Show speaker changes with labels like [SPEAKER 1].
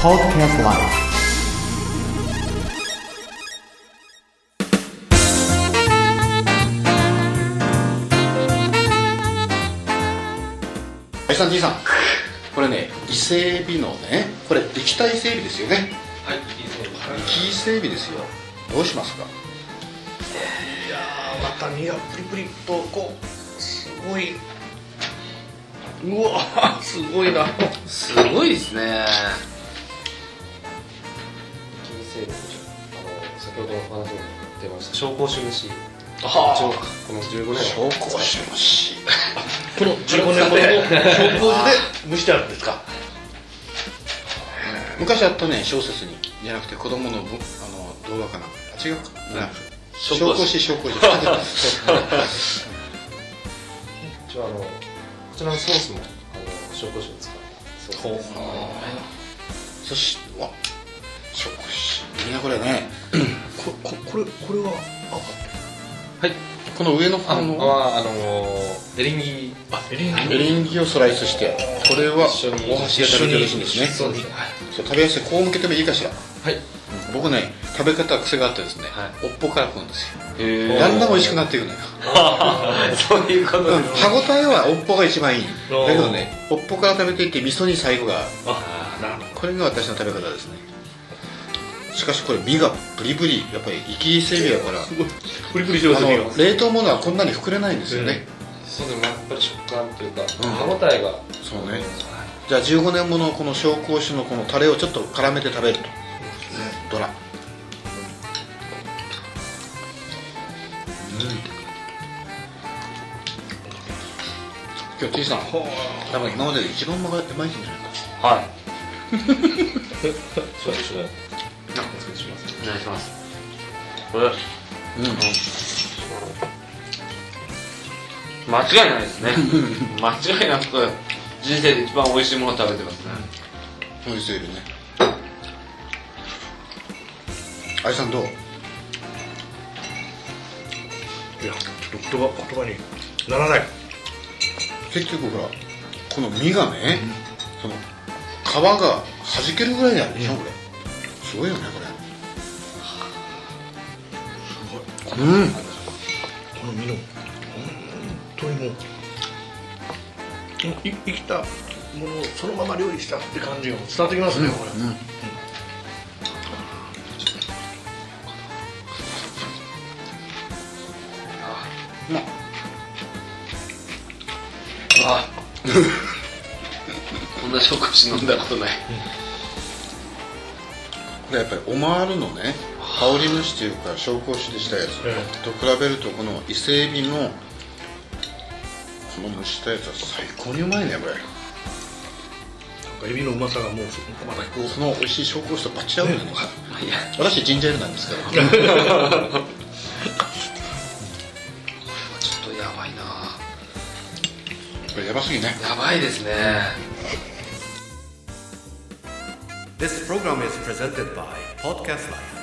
[SPEAKER 1] Podcast Live
[SPEAKER 2] 林さん、じいさん、これね、伊勢海老のね、これ、液体伊勢海老ですよね、
[SPEAKER 3] はい、いいですね。
[SPEAKER 2] 液伊勢海老ですよ、どうします
[SPEAKER 3] い
[SPEAKER 2] か、
[SPEAKER 3] やー、また身がプリプリっと、こう、すごい。うわー、すごいな。
[SPEAKER 4] すごいですね金星部あの先ほどの話にも出ました紹興酒飯
[SPEAKER 3] あ
[SPEAKER 4] 一応この15年
[SPEAKER 2] 紹興酒蒸し、
[SPEAKER 3] この15年ほどの紹興酒で蒸してあるんですか。
[SPEAKER 2] 昔あったね、小説に、じゃなくて、子供のぶあの動画かな、あ違うか、な紹興酒、紹興酒、
[SPEAKER 4] 一応あのこちらのソースもあの紹興酒を使ったソースです
[SPEAKER 2] そして、うわ紹興酒、いいな、これね、
[SPEAKER 3] こ、こ、これ、これは、
[SPEAKER 4] はい
[SPEAKER 2] この上の
[SPEAKER 4] あ
[SPEAKER 2] 方
[SPEAKER 4] の
[SPEAKER 2] の
[SPEAKER 4] はあのエリンギ
[SPEAKER 3] あ、エリン
[SPEAKER 2] エリンギをスライスして、これはお
[SPEAKER 4] 一緒に
[SPEAKER 2] 箸で食べてほしいんですね、
[SPEAKER 4] そうですね
[SPEAKER 2] そう食べやすい、こう向けてもいいかしら、
[SPEAKER 4] はい
[SPEAKER 2] 僕ね、食べ方、癖があってですね、
[SPEAKER 4] は
[SPEAKER 2] おっぽからくんですよ。
[SPEAKER 4] へ
[SPEAKER 2] だんだん美味しくなっていくのよ、
[SPEAKER 4] そういうこと
[SPEAKER 2] うん、
[SPEAKER 4] です
[SPEAKER 2] 歯応えはおっぽが一番いい
[SPEAKER 3] おー
[SPEAKER 2] だけどねおっぽから食べていって味噌に最後がある
[SPEAKER 3] あ、なるほ
[SPEAKER 2] これが私の食べ方ですねしかしこれ身がブリブリやっぱり生き伊勢海老や から
[SPEAKER 3] ど。プリプリしてますね。
[SPEAKER 2] あの冷凍物はこんなに膨れないんですよね、
[SPEAKER 4] そうでもやっぱり食感というか
[SPEAKER 2] ん
[SPEAKER 4] 歯応えが
[SPEAKER 2] そうねじゃあ15年ものこの紹興酒のこのタレをちょっと絡めて食べるとドラ今日 T さん多分今までで一番うまいうまいんじゃないか
[SPEAKER 3] はい。
[SPEAKER 4] そうですね
[SPEAKER 3] お願いします。
[SPEAKER 2] う
[SPEAKER 3] 間違いないですね。間違いなく、人生で一番美味しいもの食べてますね。
[SPEAKER 2] ん美味しいよねあいさんどう
[SPEAKER 5] いや、ちょっと言葉言葉にならない。
[SPEAKER 2] 結局ほらこの身がね、その皮が弾けるぐらいにあるでしょ、これすごいよねこれうん
[SPEAKER 5] この身の、本当にもう、い生きたものをそのまま料理したって感じが伝わってきますね、これ。
[SPEAKER 3] あこんな紹興酒飲んだことない
[SPEAKER 2] これやっぱりオマールのね香り蒸しというか紹興酒でしたやつ
[SPEAKER 5] え
[SPEAKER 2] と比べるとこの伊勢海老のこの蒸したやつは最高にうまいねこれ
[SPEAKER 5] なんかエビのうまさがもう、またこう、
[SPEAKER 2] その美味しい紹興酒とバッチリ合うよね、
[SPEAKER 3] いや
[SPEAKER 2] 私ジンジャーエールなんです けど
[SPEAKER 3] ちょっとやばいな
[SPEAKER 2] これやばすぎね
[SPEAKER 3] やばいですね
[SPEAKER 1] This program is presented by Podcast Live